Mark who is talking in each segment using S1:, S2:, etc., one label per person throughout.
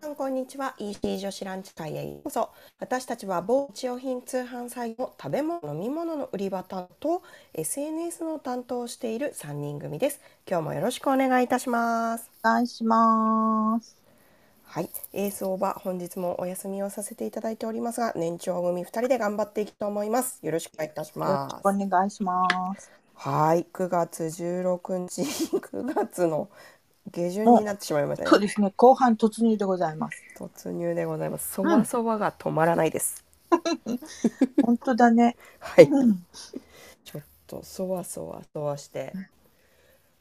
S1: さんこんにちは EC 女子ランチ会へようこそ私たちは某日用品通販サイトの食べ物飲み物の売り場担当 SNS の担当をしている3人組です今日もよろしくお願いいたします
S2: お願いします。
S1: はい、エースオーバー本日もお休みをさせていただいておりますが年長組2人で頑張っていきたいと思いますよろしくお願いいたし
S2: よろ
S1: ま
S2: し
S1: す
S2: くお願いします。
S1: はい、9月16日、9月の下旬になってしまいました
S2: そう
S1: ね。
S2: ですね。後半突入でござい ます。
S1: 突入でございます。そばそばが止まらないです。
S2: 本当だね。
S1: はい、
S2: うん。
S1: ちょっとそわそわそわして、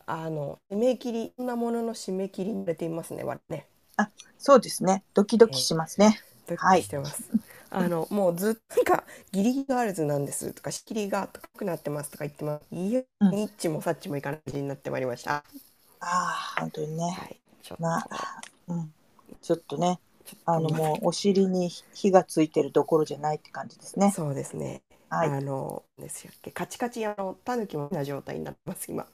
S1: あの締め切り、こんなものの締め切りに慣れていますね。我々ね、
S2: そうですね。ドキドキしますね。
S1: ドキ
S2: は
S1: ド
S2: い
S1: キしてます。あのもうずっとなんかギリギリガールズなんですとか仕切りが高くなってますとか言ってます。いや、
S2: うん
S1: ニッチもサッチもいかない感じになってまいりました。
S2: ああ、本当にね。
S1: はい、ちょっと、
S2: まあ、うん。ちょっとね、
S1: ちょっと
S2: あのもうお尻に火がついてるどころじゃないって感じですね。
S1: そうですね。
S2: はい。
S1: あのですよっけカチカチあのタヌキもな状態になってます 今。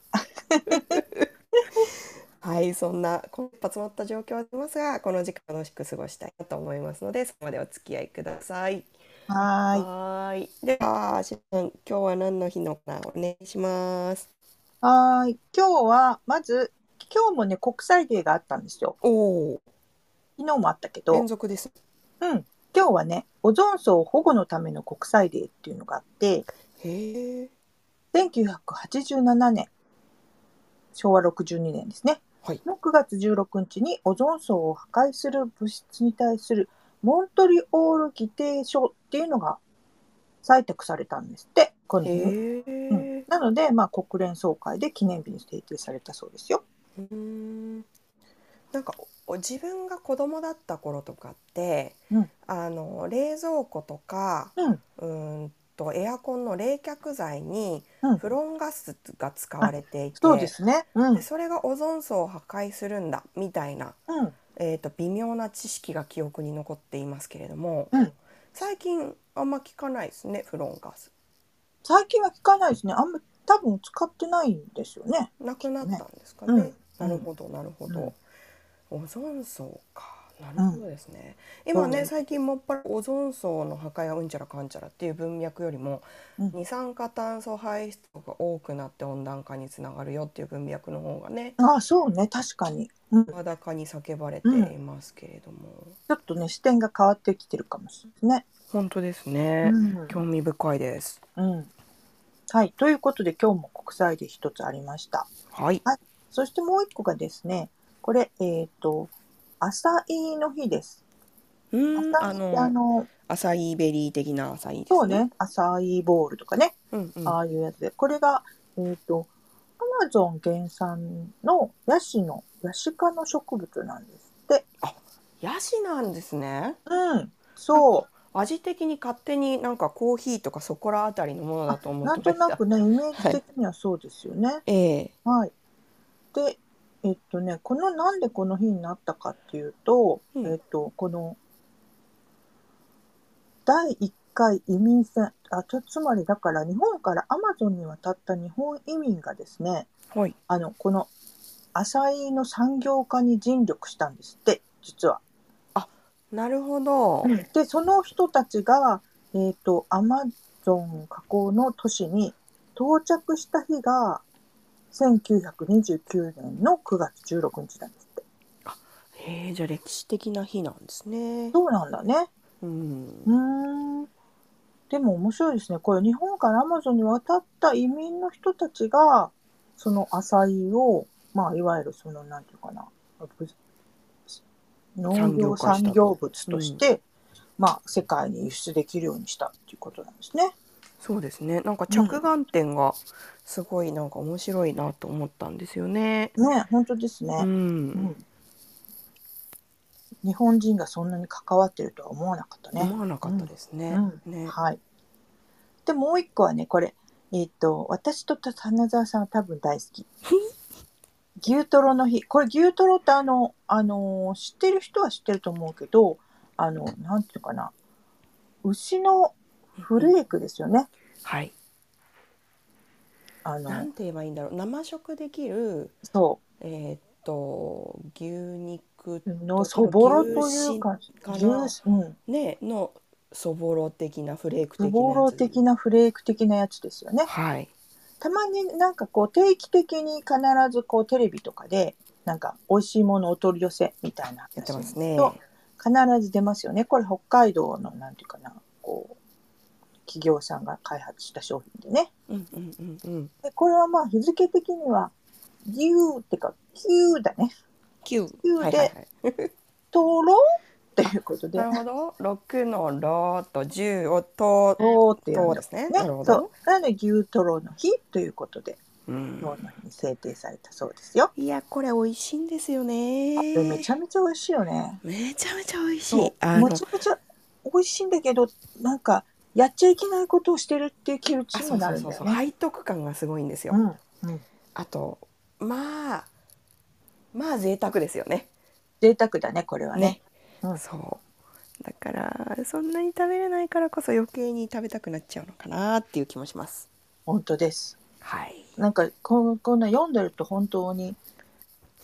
S1: はいそんな困った詰まった状況はありますがこの時間楽しく過ごしたいなと思いますのでそこまでお付き合いください。
S2: は
S1: ーいではしさん今日は何の日のかなお願いします。
S2: ーい。はーい。今日はまず今日もね国際デーがあったんですよ。
S1: おお
S2: 昨日もあったけど
S1: 連、続です。
S2: うん。今日はねオゾン層保護のための国際デーっていうのがあって、
S1: へえ
S2: 1987年昭和62年ですね、
S1: はい
S2: の9月16日にオゾン層を破壊する物質に対するモントリオール議定書っていうのが採択されたんですってこの
S1: へ
S2: ね
S1: え。
S2: うんなので、まあ、国連総会で記念日に制定されたそうですよ。
S1: うーんなんかお自分が子供だった頃とかって、
S2: うん
S1: あの冷蔵庫とか
S2: うん
S1: うーんとエアコンの冷却剤に
S2: うん、
S1: フロンガスが使われていて
S2: そうですね。うん
S1: でそれがオゾン層を破壊するんだみたいな、
S2: うん
S1: えー、と微妙な知識が記憶に残っていますけれども、
S2: うん
S1: 最近あんま聞かないですねフロンガス。
S2: 最近は聞かないですね。あんま多分使ってないんですよね。
S1: なくなったんですか
S2: う
S1: ね
S2: ん。
S1: なるほど、なるほど。オゾン層か。なるほどですね。
S2: ん
S1: 今
S2: そうな
S1: ね、
S2: の
S1: 最近もっぱらオゾン層の破壊はうんちゃらかんちゃらっていう文脈よりも。
S2: うん
S1: 二酸化炭素排出が多くなって温暖化につながるよっていう文脈の方がね。
S2: ああ、そうね。確かに。うん
S1: 声高に叫ばれていますけれども。
S2: ちょっとね視点が変わってきてるかもしれない
S1: 本当です
S2: で
S1: ね
S2: す。ね。
S1: 興味深いです。
S2: うんうんはいということで今日も国際で一つありました。
S1: はい。
S2: そしてもう一個がですねこれえっ、とアサイの日です。
S1: うん、
S2: アサ
S1: あ
S2: イあ
S1: の、
S2: の
S1: アサイーベリー的なアサイーです
S2: そうね。アサイボールとかね、
S1: うん、うん。
S2: ああいうやつでこれがえっ、とアマゾン原産のヤシのヤシ科の植物なんですって。
S1: ヤシなんですね。
S2: うんそう
S1: 味的に勝手になんかコーヒーとかそこらあたりのものだと思
S2: な
S1: っ
S2: ん
S1: て
S2: と
S1: まし
S2: な
S1: た。
S2: くねイメージ的にはそうですよね。
S1: ええ
S2: はい。で、えっとね、このなんでこの日になったかっていうと、
S1: うん
S2: えっと、この、第1回移民船、あつつまりだから日本からアマゾンに渡った日本移民がですね、
S1: はい。
S2: あの、このアサイの産業化に尽力したんですって、実は。
S1: なるほど。
S2: で、その人たちが、えっと、アマゾン河口の都市に到着した日が、1929年の9月16日なんですって。
S1: へえじゃあ歴史的な日なんですね。
S2: そうなんだね。
S1: うん
S2: う。ーん。でも面白いですね。これ日本からアマゾンに渡った移民の人たちが、そのアサイを、まあ、いわゆるその、なんていうかな、ぶ農
S1: 産業
S2: 業
S1: 化したと
S2: 産業物として、まあ、世界に輸出できるようにしたっていうことなんですね。
S1: そうですね。なんか着眼点がすごいなんか面白いなと思ったんですよね。
S2: ね、本当です
S1: う
S2: ね。うん
S1: ん。
S2: 日本人がそんなに関わってるとは思わなかったね。
S1: 思わなかったですね。
S2: うん
S1: ね。
S2: はい。で、もう一個はね、これ、えっ、と、私と花澤さんは多分大好 き。牛トロの日。これ牛トロってあの、あのー知ってる人は知ってると思うけど、あの、なんていうかな。牛のフレークですよね。
S1: はい。
S2: あ
S1: な
S2: の
S1: ん、て言えばいいんだろう。生食できる
S2: そ
S1: えーっと牛肉く
S2: のそぼろというか
S1: 牛脂かな
S2: 牛脂うん
S1: ねのそぼろ的なフレーク的なやつ
S2: そぼろ的なフレーク的なやつですよね
S1: はい
S2: たまになんかこう定期的に必ずこうテレビとかでなんか美味しいものお取り寄せみたいな
S1: やってますね
S2: そう必ず出ますよねこれ北海道のなんていうかなこう企業さんが開発した商品でね
S1: うんうんうんうん
S2: でこれはまあ日付的には牛ってか牛だね
S1: 九
S2: 九で
S1: はいはいはい
S2: とろっていうことで
S1: なるほど六のロと十をと
S2: とっていう
S1: と
S2: ん
S1: で
S2: です
S1: ね
S2: ね
S1: なるほ
S2: そ
S1: ど
S2: うなので牛とろの日ということで
S1: うん
S2: 今日の日に制定されたそうですよ、
S1: いやこれ美味しいんですよね
S2: でめちゃめちゃ美味しいよね
S1: めちゃめちゃ美味し
S2: そ
S1: いうあの
S2: もちもち美味しいんだけどなんかやっちゃいけないことをしてるっていう気持ち
S1: あ
S2: に
S1: そ
S2: も
S1: う
S2: な
S1: そう
S2: るん
S1: そう
S2: だよ
S1: そう背
S2: ね
S1: 徳感がすごいんですよ、
S2: うんうん
S1: あとまあまあ贅沢ですよね
S2: 贅沢だねこれはね
S1: ね、
S2: うん
S1: そうだからそんなに食べれないからこそ余計に食べたくなっちゃうのかなっていう気もします
S2: 本当です
S1: はい
S2: なんかこんこんな読んでると本当に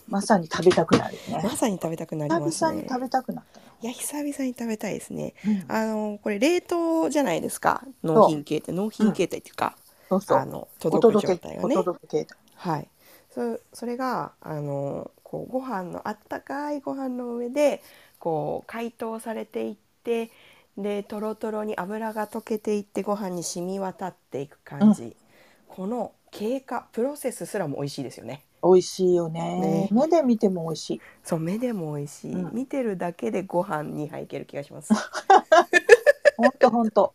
S2: まさに食べたくなるよね
S1: まさに食べたくなります
S2: 久々
S1: ね
S2: に食べたくなったよ
S1: いや久々に食べたいですね
S2: うん
S1: あのこれ冷凍じゃないですか納品形態納品形態っていうか、
S2: そうそ
S1: あ
S2: う
S1: の
S2: お
S1: 届く
S2: 届
S1: 状
S2: け
S1: 態が
S2: お
S1: ね
S2: 届けだ
S1: はい、そそれがあのこうご飯のあったかいご飯の上でこう解凍されていってでとろとろに油が溶けていってご飯に染み渡っていく感じ、この経過プロセスすらも美味しいですよね。
S2: 美味しいよね
S1: ね
S2: 目で見ても美味しい
S1: そう目でも美味しい、
S2: うん
S1: 見てるだけでご飯に入ける気がします。
S2: 本当本当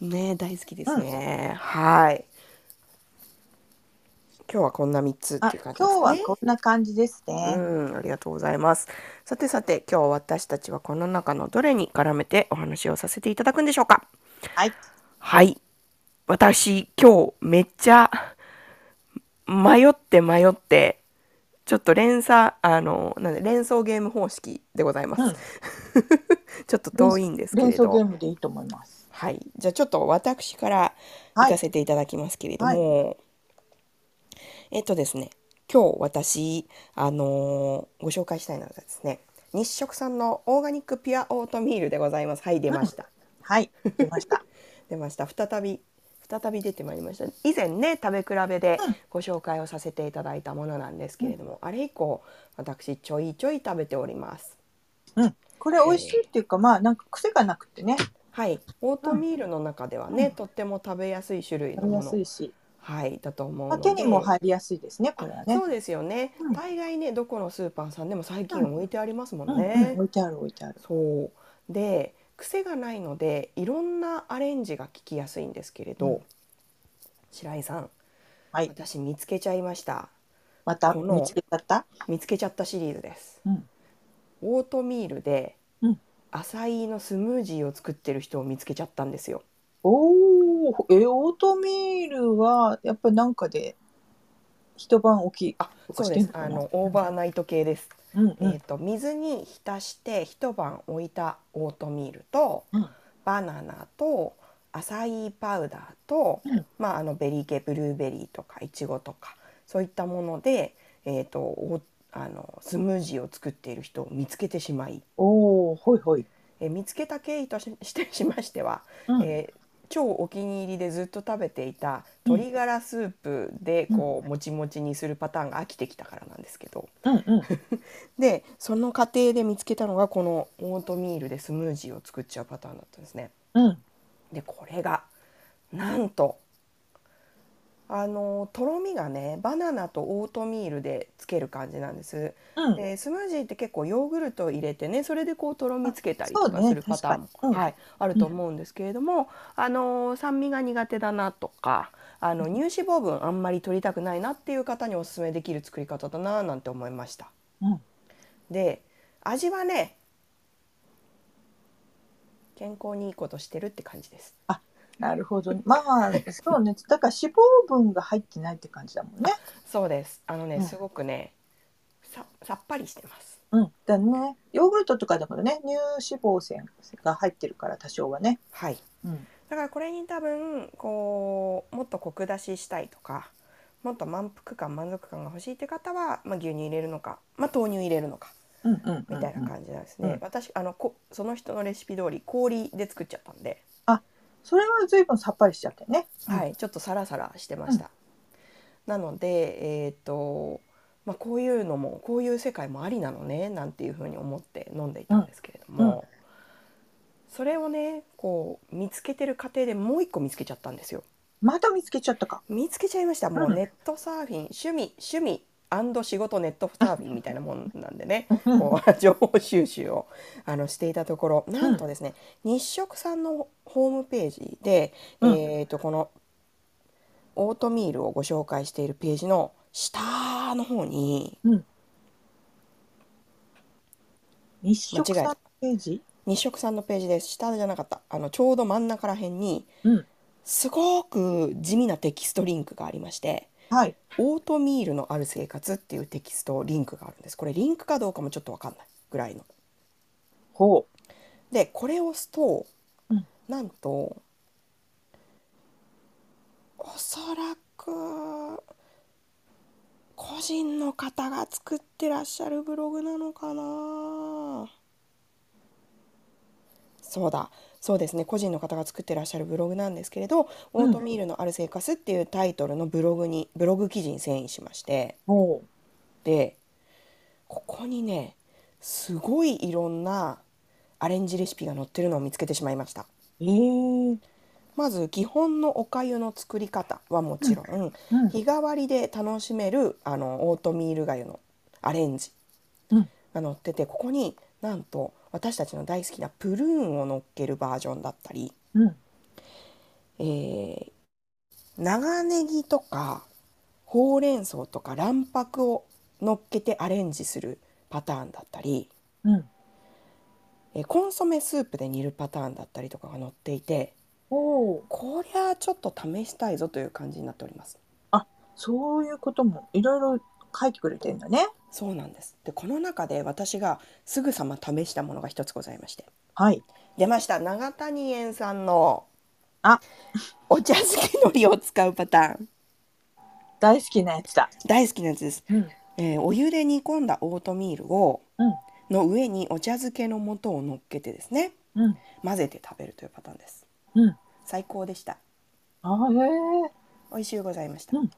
S1: ねえ大好きですね。はい。今日はこんな三つ っ
S2: あ
S1: ていう感
S2: 今
S1: じ
S2: 日
S1: ですね。
S2: はこんな感じですね、
S1: うん、ありがとうございます。さてさて、今日私たちはこの中のどれに絡めてお話をさせていただくんでしょうか。
S2: はい
S1: はい。私、今日めっちゃ迷って迷って、ちょっと連鎖、あの、なんで、連想ゲーム方式でございます。
S2: うん
S1: ちょっと遠いんですけ
S2: 連
S1: れ
S2: 想ゲー
S1: ど。
S2: ムでいいと思います
S1: はい。じゃあちょっと私から行
S2: はい
S1: かせていただきますけれども、えっとですね今日私、あのーご紹介したいのはですね日食さんのオーガニックピュアオートミールでございますはい出ました、
S2: はい出ました
S1: 出ました再び再び出てまいりました以前ね食べ比べで
S2: うん
S1: ご紹介をさせていただいたものなんですけれども、あれ以降私ちょいちょい食べております
S2: うんこれ美味しいっていうかまあなんか癖がなくてね
S1: はいオートミールの中ではね、とっても食べやすい種類の
S2: 食べ
S1: も
S2: やす
S1: の
S2: いし
S1: はいだと思う
S2: まあ
S1: の
S2: 手
S1: で
S2: にも入りやすいですねこれはね
S1: そうですよね、
S2: うん
S1: 大概ねどこのスーパーさんでも最近
S2: うん
S1: 置いてありますも
S2: うんん
S1: ね、
S2: うん、置いてある置いてある
S1: そうで癖がないのでいろんなアレンジが聞きやすいんですけれど、
S2: うん
S1: 白井さん、
S2: はい
S1: 私見つけちゃいました
S2: また
S1: この
S2: 見つけちゃった
S1: 見つけちゃったシリーズです
S2: うん
S1: オートミールで、
S2: うん
S1: アサイのスムージーを作ってる人を見つけちゃったんですよ
S2: おおえオートミールはやっぱりなんかで一晩起き
S1: あ
S2: と
S1: そ
S2: か
S1: う
S2: し
S1: で
S2: てん
S1: す
S2: のかな
S1: あのオーバーナイト系です、
S2: うんう
S1: えっ
S2: ん
S1: と水に浸して一晩置いたオートミールと、
S2: うん
S1: バナナとアサイーパウダーと、
S2: うん
S1: まあ、あのベリー系ブルーベリーとかイチゴとかそういったもので、えー、とおあのスムージーを作っている人を見つけてしまい、
S2: おおほいほい、
S1: えー見つけた経緯とししてしましては、
S2: うん
S1: えー超お気に入りでずっと食べていた鶏ガラスープでこうもちもちにするパターンが飽きてきたからなんですけど
S2: うんうん
S1: でその過程で見つけたのがこのオートミールでスムージーを作っちゃうパターンだったんですね。
S2: うん
S1: でこれがなんとあのとろみがねバナナとオートミールでつける感じなんです、
S2: うん
S1: でスムージーって結構ヨーグルトを入れてねそれでこうとろみつけたりと
S2: あそう
S1: か
S2: ね
S1: するパターンも、
S2: 確かにうん
S1: はい、あると思うんですけれども、あの酸味が苦手だなとかあの乳脂肪分あんまり取りたくないなっていう方におすすめできる作り方だななんて思いました。
S2: うん
S1: で味はね健康にいいことしてるって感じです。
S2: なるほど、ね、まあそうねだから脂肪分が入ってないって感じだもんね
S1: そうです。あのね、
S2: うん
S1: すごくね、ささっぱりしてます。
S2: うんだねヨーグルトとかだからね乳脂肪腺が入ってるから多少はね
S1: はい。
S2: うん
S1: だからこれに多分こうもっとコク出ししたいとか、もっと満腹感満足感が欲しいって方は、まあ牛乳入れるのか、まあ豆乳入れるのか、
S2: うんうんうん
S1: みたいな
S2: うん
S1: 感じなんです
S2: うんう
S1: ね
S2: ん。
S1: 私あのこその人のレシピ通り氷で作っちゃったんで、
S2: それは随分さっぱりしちゃってね
S1: はいい、ちょっとサラサラしてました。なので、えっ、とまあこういうのもこういう世界もありなのねなんていうふうに思って飲んでいたんですけれども、
S2: うんうん
S1: それをねこう見つけてる過程でもう一個見つけちゃったんですよ。
S2: また見つけちゃったか
S1: 見つけちゃいましたも
S2: う
S1: うんネットサーフィン、趣味趣味仕事ネットサーフィンみたいなもんなんでねこう 情報収集をあのしていたところなんとですね、日食さんのホームページで、
S2: うん
S1: えー、とこのオートミールをご紹介しているページの下の方に
S2: 日食
S1: 間違え
S2: さ
S1: た
S2: んページ
S1: 日食さんのページです下じゃなかったあのちょうど真ん中ら辺に
S2: うん
S1: すごく地味なテキストリンクがありまして。
S2: はい
S1: オートミールのある生活っていうテキストリンクがあるんです。これリンクかどうかもちょっとわかんないぐらいの。
S2: ほ
S1: で、これを押すと、
S2: うん
S1: なんと、おそらく、個人の方が作ってらっしゃるブログなのかなそうだ。そうですね個人の方が作ってらっしゃるブログなんですけれど「
S2: うん
S1: オートミールのある生活」っていうタイトルのブログにブログ記事に遷移しまして
S2: うほう
S1: でここにねすごいいろんなアレンジレシピが載ってるのを見つけてしまいました
S2: えー
S1: まず基本のおかゆの作り方はもちろん、
S2: うん
S1: 日替わりで楽しめるあのオートミールがゆのアレンジ
S2: うん
S1: が載っててここになんと私たちの大好きなプルーンを乗っけるバージョンだったり、
S2: うん
S1: えー長ネギとかほうれん草とか卵白を乗っけてアレンジするパターンだったり、
S2: うん
S1: えーコンソメスープで煮るパターンだったりとかが載っていて
S2: ほう
S1: こりゃちょっと試したいぞという感じになっております。
S2: そういうこともいろいろ書いてくれてんだね
S1: そうなんですでこの中で私がすぐさま試したものが一つございまして
S2: はい
S1: 出ました永谷園さんの
S2: あ
S1: お茶漬け海苔を使うパターン
S2: 大好きなやつだ
S1: 大好きなやつです、
S2: うん
S1: えーお湯で煮込んだオートミールを、
S2: うん
S1: の上にお茶漬けの素を乗っけてですね
S2: うん
S1: 混ぜて食べるというパターンです
S2: うん
S1: 最高でした
S2: あへえ
S1: 美味しゅうございました、
S2: うん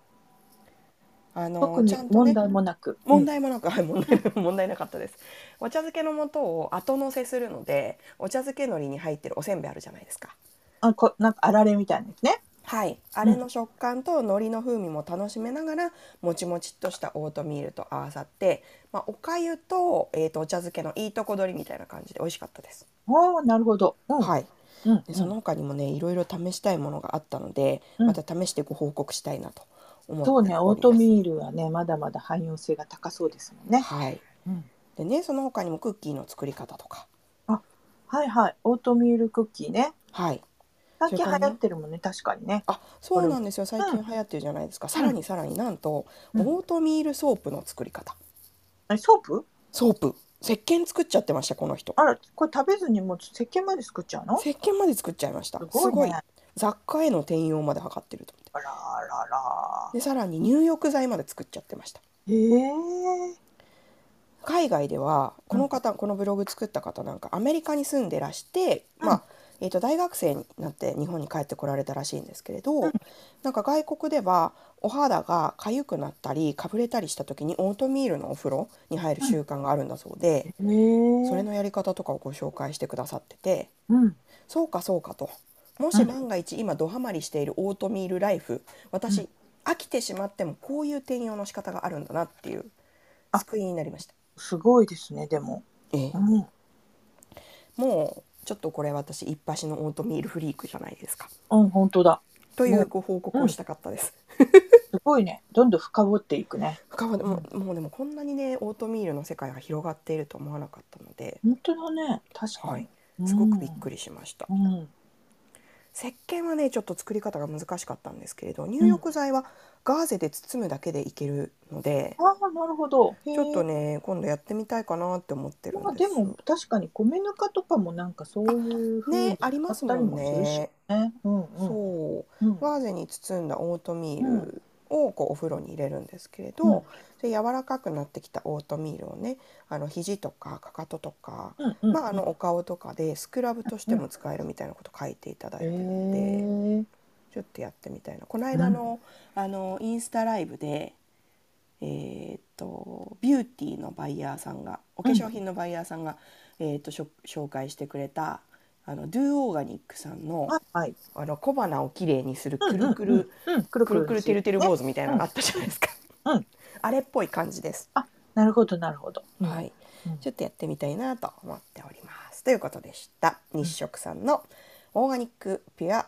S1: あの
S2: 特に
S1: ちゃんとね
S2: 問題もなく
S1: 問題もな く、はい、問題なく問題なかったです。お茶漬けの素を後乗せするので、お茶漬け海苔に入ってるおせんべいあるじゃないですか。
S2: あこなんかあられみたいなやつね
S1: はい、あれの食感と海苔の風味も楽しめながら、もちもちっとしたオートミールと合わさって、まあ、おかゆと,、えー、とお茶漬けのいいとこ取りみたいな感じで美味しかったです。
S2: おおなるほど、うん、い、
S1: はい、
S2: うん、
S1: でその他にもねいろいろ試したいものがあったので、
S2: うん
S1: また試してご報告したいなと思って
S2: そ
S1: お
S2: う
S1: ります。
S2: ねオートミールはねまだまだ汎用性が高そうですもんね、
S1: はい
S2: うん、
S1: でねその他にもクッキーの作り方とか、
S2: はいはいオートミールクッキーね
S1: はい、
S2: 最近
S1: それから
S2: 流
S1: ね
S2: 行ってるもんね確かにね
S1: あ、そうなんですよ。最近
S2: うん
S1: 流行ってるじゃないですか。さらにさらになんと、
S2: うん
S1: オートミールソープの作り方。
S2: えソープ
S1: ソープ。石鹸作っちゃってました、この人。
S2: あらこれ食べずにもう石鹸まで作っちゃうのす
S1: 石鹸まで作っちゃいました。す
S2: ごい
S1: ごい
S2: ね。
S1: 雑貨への転用まで図ってると思って。
S2: あらあらら
S1: で、さらに入浴剤まで作っちゃってました。
S2: へえ
S1: 海外では、この方、このブログ作った方なんか、アメリカに住んでらして、
S2: うん
S1: まあ、えー、と大学生になって日本に帰ってこられたらしいんですけれど、なんか外国ではお肌が痒くなったりかぶれたりした時にオートミールのお風呂に入る習慣があるんだそうで、
S2: へえ
S1: それのやり方とかをご紹介してくださってて
S2: うん
S1: そうかそうかともし万が一今ドハマりしているオートミールライフ私、
S2: うん
S1: 飽きてしまってもこういう転用の仕方があるんだなっていう
S2: あ
S1: 救いになりました。
S2: すごいですねでも
S1: ええ
S2: うん
S1: もうちょっとこれ私一発のオートミールフリークじゃないですか。
S2: うん本当だ
S1: という
S2: うん
S1: ご報告をしたかったです。
S2: すごいねどんどん深掘っていくね
S1: 深までもうもうでもこんなにねオートミールの世界が広がっていると思わなかったので、
S2: 本当だね確かに、
S1: はい、
S2: うん
S1: すごくびっくりしました、
S2: うん
S1: 石鹸はねちょっと作り方が難しかったんですけれど入浴剤はガーゼで包むだけでいけるので、
S2: ああなるほどち
S1: ちょっとね今度やってみたいかなって思ってるん
S2: まあ、
S1: で
S2: ですも確かに米ぬかとかもなんかそういうふうに
S1: ねありますもんね
S2: ね。うんうん、
S1: そう
S2: うん
S1: ガーゼに包んだオートミールをこうお風呂に入れるんですけれど、
S2: うん
S1: で柔らかくなってきたオートミールをねあの肘とかかかととか、
S2: うんうん
S1: まあ、あのお顔とかでスクラブとしても使えるみたいなこと書いていただい
S2: へ
S1: てるので、
S2: え
S1: ちょっとやってみたいなこの間の,、あのインスタライブで、えーっとビューティーのバイヤーさんがお化粧品のバイヤーさんが、えーっとしょ紹介してくれたあのドゥオーガニックさんの
S2: はいはい
S1: あの小鼻をきれいにする
S2: うん
S1: くるくる、
S2: うんくる
S1: くるくるてるてる
S2: ね
S1: 坊主みたいなのあったじゃないですか、
S2: うん
S1: あれっぽい感じです、
S2: なるほどなるほど
S1: はいい
S2: うん、
S1: ちょっとやってみたいなと思っておりますということでした日食さんのオーガニックピュア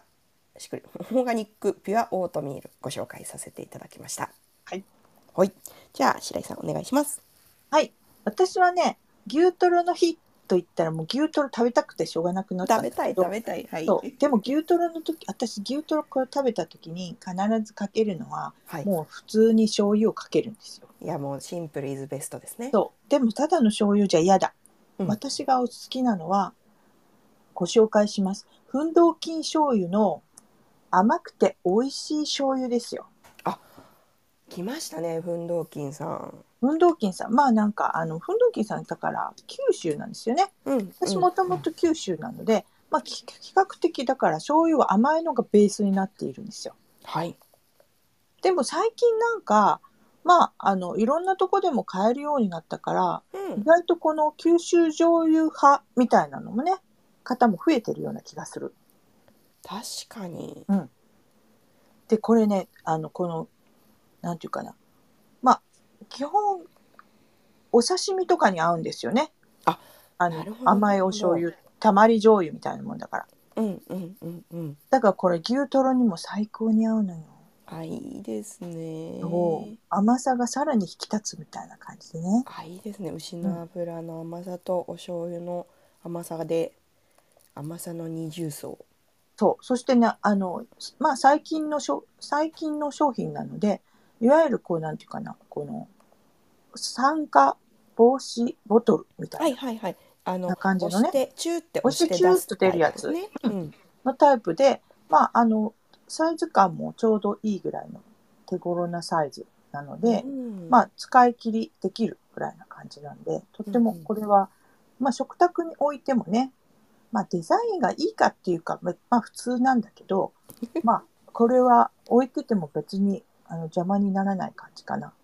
S1: しくり オーガニックピュアオートミールご紹介させていただきました
S2: はい、
S1: はい、じゃあ白井さんお願いします
S2: はい私はね牛トロの日と言ったらもう牛トロ食べたくてしょうがなくなった
S1: 食
S2: んだ
S1: べ
S2: け
S1: たい
S2: ど
S1: 食べたいはい
S2: そうでも牛トロの時私牛トロこれ食べた時に必ずかけるのは
S1: はい
S2: もう普通に醤油をかけるんですよ
S1: いやもうシンプルイズベストですね
S2: そうでもただの醤油じゃ嫌だ、
S1: うん
S2: 私がお好きなのはご紹介しますふんどうきん醤油の甘くて美味しい醤油ですよ
S1: 来ましたねふんどうきんさん
S2: ふんどうきんさんまあなんかあのふんどうきんさんだから九州なんですよね
S1: うん
S2: 私もともと九州なので、まあ、き比較的だから醤油は甘いのがベースになっているんですよ
S1: はい
S2: でも最近なんかまああのいろんなとこでも買えるようになったから
S1: う
S2: 意
S1: ん
S2: 外とこの九州醤油派みたいなのもね方も増えてるような気がする
S1: 確かに
S2: でこれねあのこのなんていうかなまあ基本お刺身とかに合うんですよね
S1: あ
S2: あの
S1: なるほど
S2: 甘いお醤油たまり醤油みたいなもんだから
S1: うんうんうんうん
S2: だからこれ牛トロにも最高に合うのよ、
S1: あいいですね
S2: そう甘さがさらに引き立つみたいな感じでね
S1: あいいですね牛の脂の甘さとお醤油の甘さで甘さの二重奏
S2: そう。そしてね、あの、まあ、最近のしょ、最近の商品なので、いわゆるこう、なんていうかな、この、酸化防止ボトルみた
S1: はいい
S2: な
S1: はいはいあの
S2: な感じのね
S1: 押してチューって
S2: 押して
S1: 出す
S2: チューって出るやつ
S1: タイプね、うん、
S2: のタイプで、まあ、あの、サイズ感もちょうどいいぐらいの手頃なサイズなので、
S1: うん
S2: まあ、使い切りできるぐらいな感じなんで、とっても
S1: うんうん
S2: これは、まあ、食卓に置いてもね、まあ、デザインがいいかっていうか、ままあ、普通なんだ けど、まあ、これは置いてても別にあの邪魔にならない感じかな。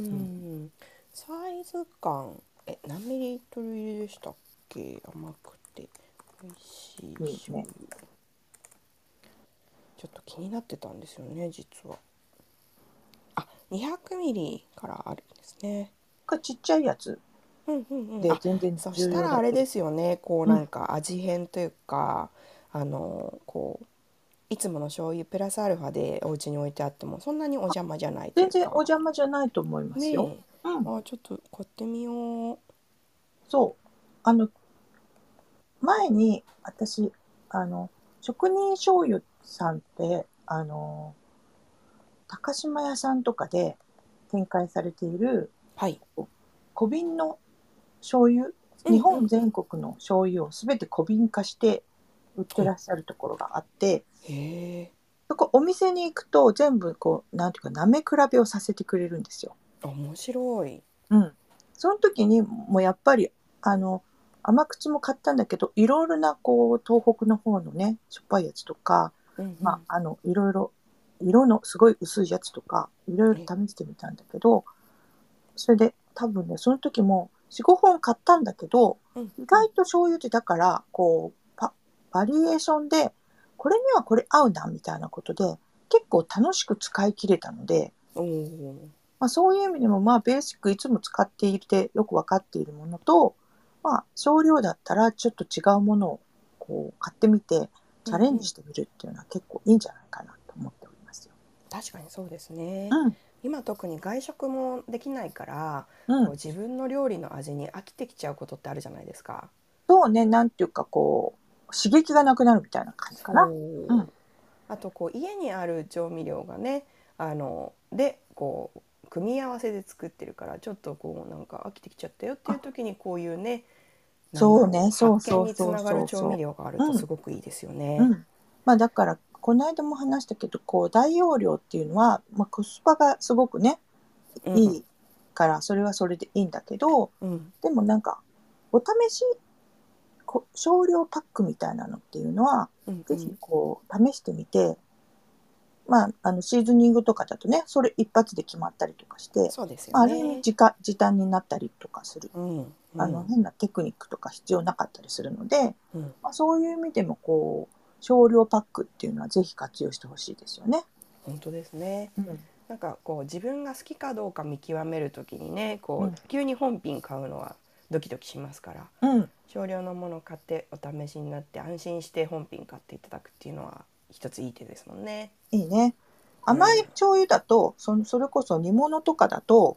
S1: うん、サイズ感え何ミリリットル入りでしたっけ甘くて美味しい醤油、ちょっと気になってたんですよね実はあ200ミリからあるんですね
S2: かちっちゃいやつ
S1: うんうんうん
S2: で
S1: あ
S2: 全然
S1: そ
S2: 重
S1: し
S2: 要
S1: た
S2: だ
S1: らあれですよねこう
S2: うん
S1: なんか味変というか、あのこういつもの醤油プラスアルファでお家に置いてあってもそんなにお邪魔じゃないという
S2: 全
S1: か
S2: 然お邪魔じゃないと思いますよ。
S1: ねえ
S2: うん、
S1: あちょっと買ってみよう
S2: そう。あの、前に私、あの、職人醤油さんって、あの、高島屋さんとかで展開されている
S1: はい
S2: 小瓶の醤油、
S1: うん
S2: 日本全国の醤油をすべて小瓶化して売ってらっしゃるところがあって、
S1: へえ
S2: そこお店に行くと全部こう、なんていうか、舐め比べをさせてくれるんですよ。
S1: 面白い
S2: うん、その時にもうやっぱりあの甘口も買ったんだけどいろいろなこう東北の方のねしょっぱいやつとか、
S1: うんうん
S2: まあ、あのいろいろ色のすごい薄いやつとかいろいろ試してみたんだけどそれで多分ねその時も45本買ったんだけど
S1: うん
S2: 意外と醤油ってだからこうパバリエーションでこれにはこれ合うなみたいなことで結構楽しく使い切れたので。
S1: おお
S2: まあ、そういう意味でも、まあ、ベーシックいつも使っていてよく分かっているものと、まあ、少量だったらちょっと違うものをこう買ってみてチャレンジしてみるっていうのは結構いいんじゃないかなと思っておりますよ。
S1: 確かにそうですね、
S2: うん
S1: 今特に外食もできないから、
S2: う、
S1: こうん自分の料理の味に飽きてきちゃうことってあるじゃないですか
S2: そうねなんていうかこう刺激がなくなるみたいな感じかな。
S1: そう
S2: うん
S1: あとこう家にある調味料がねあのでこう組み合わせで作ってるからちょっとこうなんか飽きてきちゃったよっていう時にこういうね
S2: そうね
S1: なんだろ
S2: そう
S1: 発
S2: そう
S1: 見につなが
S2: そ
S1: る
S2: うそう
S1: 調味料がある
S2: う
S1: と
S2: ん
S1: すごくいいですよね。
S2: うんまあ、だからこの間も話したけどこう大容量っていうのは、まあ、コスパがすごくね
S1: うん
S2: いいからそれはそれでいいんだけど
S1: うん
S2: でもなんかお試しこ少量パックみたいなのっていうのは
S1: うんう
S2: ぜひ
S1: ん
S2: こう試してみて、まあ、あのシーズニングとかだとねそれ一発で決まったりとかして、
S1: そうです
S2: まあ、
S1: よ
S2: ある意
S1: ね
S2: 味。時間時短になったりとかする、
S1: うんうん
S2: あの変なテクニックとか必要なかったりするので、
S1: うん
S2: まあ、そういう意味でもこう少量パックっていうのはぜひ活用してほしいですよね。
S1: 本当ですね。
S2: うん
S1: なんかこう自分が好きかどうか見極めるときにね、こ
S2: うん
S1: う急に本品買うのはドキドキしますから、
S2: うん
S1: 少量のものを買ってお試しになって安心して本品買っていただくっていうのは一ついい手ですもんね。
S2: いいね。甘い醤油だと、そのそれこそ煮物とかだと、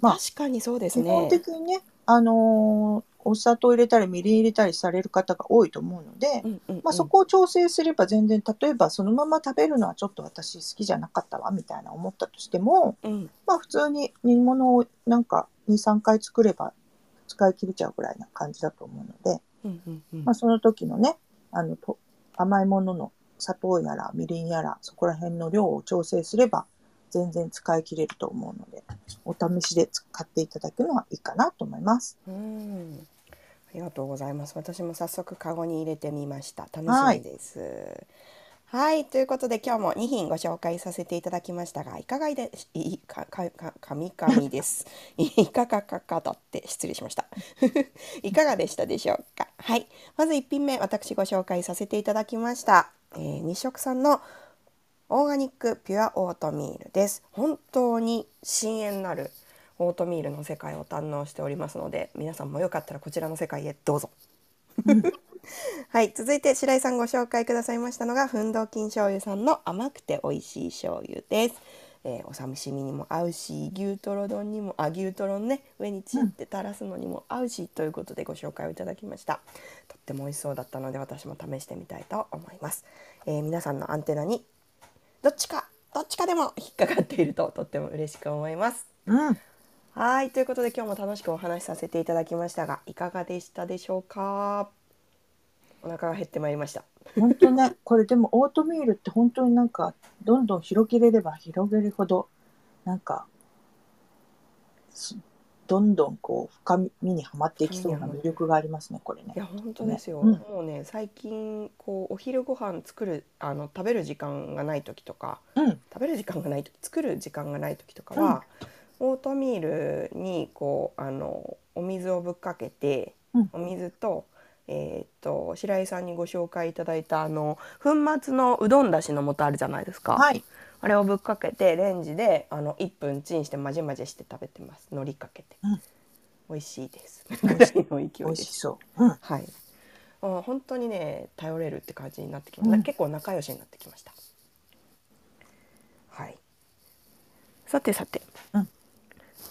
S2: まあ
S1: 確かにそうです
S2: 基
S1: ね。
S2: 本的にね、あのーお砂糖入れたりみりん入れたりされる方が多いと思うので、
S1: うんうんうん
S2: まあ、そこを調整すれば全然例えばそのまま食べるのはちょっと私好きじゃなかったわみたいな思ったとしても、
S1: うん
S2: まあ、普通に煮物をなんか23回作れば使い切れちゃうぐらいな感じだと思うので、
S1: うんうんうん
S2: まあ、その時のねあのと甘いものの砂糖やらみりんやらそこら辺の量を調整すれば全然使い切れると思うのでお試しで使っていただくのはいいかなと思います。
S1: うんありがとうございます。私も早速カゴに入れてみました。楽
S2: は
S1: し
S2: い
S1: みです。はい、ということで今日も2品ご紹介させていただきましたが、いかがでしいいかかかかみかみです。 いかがかかだって失礼しました。 いかがでしたでしょうか。はい、まず1品目私ご紹介させていただきました。えー日食さんのオーガニックピュアオートミールです。本当に深淵なるオートミールの世界を堪能しておりますので、皆さんもよかったらこちらの世界へどうぞ。はい、続いて白井さんご紹介くださいましたのが、ふんどうきん醤油さんの甘くて美味しい醤油です。えーお刺身にも合うし、牛トロ丼にも、あ、牛トロね、上にチって垂らすのにも合うし、ということでご紹介をいただきました。とっても美味しそうだったので、私も試してみたいと思います。えー皆さんのアンテナにどっちかどっちかでも引っかかっているととっても嬉しく思います。
S2: うん、
S1: はいということで今日も楽しくお話しさせていただきましたがいかがでしたでしょうかお腹が減ってまいりました。
S2: 本当ね これでもオートミールって本当になんかどんどん広げれれば広げるほどなんかすどんどんこう深みにはまっていきそうな魅力がありますねこれね
S1: い。や本当ですよ、
S2: うん
S1: もうね最近こうお昼ご飯作るあの食べる時間がない時とか
S2: うん、
S1: 食べる時間がない時作る時間がない時とかは、オートミールにこうあのお水をぶっかけて、
S2: うん
S1: お水と,、えーっと白井さんにご紹介いただいたあの粉末のうどんだしの素あるじゃないですか、
S2: はい
S1: あれをぶっかけてレンジであの1分チンしてまじまじして食べてますのりかけて、
S2: うん
S1: 美味しいです
S2: 美
S1: ぐ
S2: 味
S1: ら
S2: し
S1: い
S2: い
S1: の勢い
S2: 美
S1: で
S2: 味
S1: す
S2: しそう。うん
S1: はいあ本当にね頼れるって感じになってきました、
S2: うん
S1: 結構仲良しになってきましたはいさてさて、
S2: うん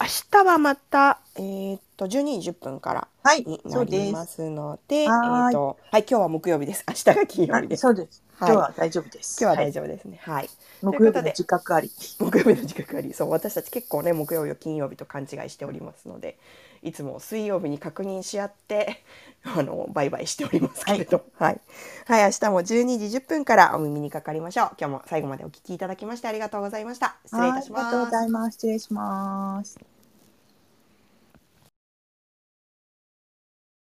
S1: 明日はまたえーっと12時10分から
S2: はい
S1: に、な
S2: そうで
S1: り
S2: す。
S1: ますのでえ
S2: は
S1: ー
S2: ーい
S1: っとはい今日は木曜日です明日が金曜
S2: あ
S1: 日です
S2: そうです。
S1: はい
S2: 今日は大丈夫です。
S1: 今日は大丈夫ですねはい
S2: はい
S1: と
S2: 木
S1: いうこ
S2: 曜日
S1: と
S2: の
S1: で
S2: 自覚あり。
S1: 木曜日の時間ありそう私たち結構ね木曜日を金曜日と勘違いしておりますのでいつも水曜日に確認し合って あのバイバイしておりますけれどはい、はい明日も12時10分からお耳にかかりましょう今日も最後までお聞きいただきましてありがとうございました失礼いたします
S2: はいありがとうございます。失礼します。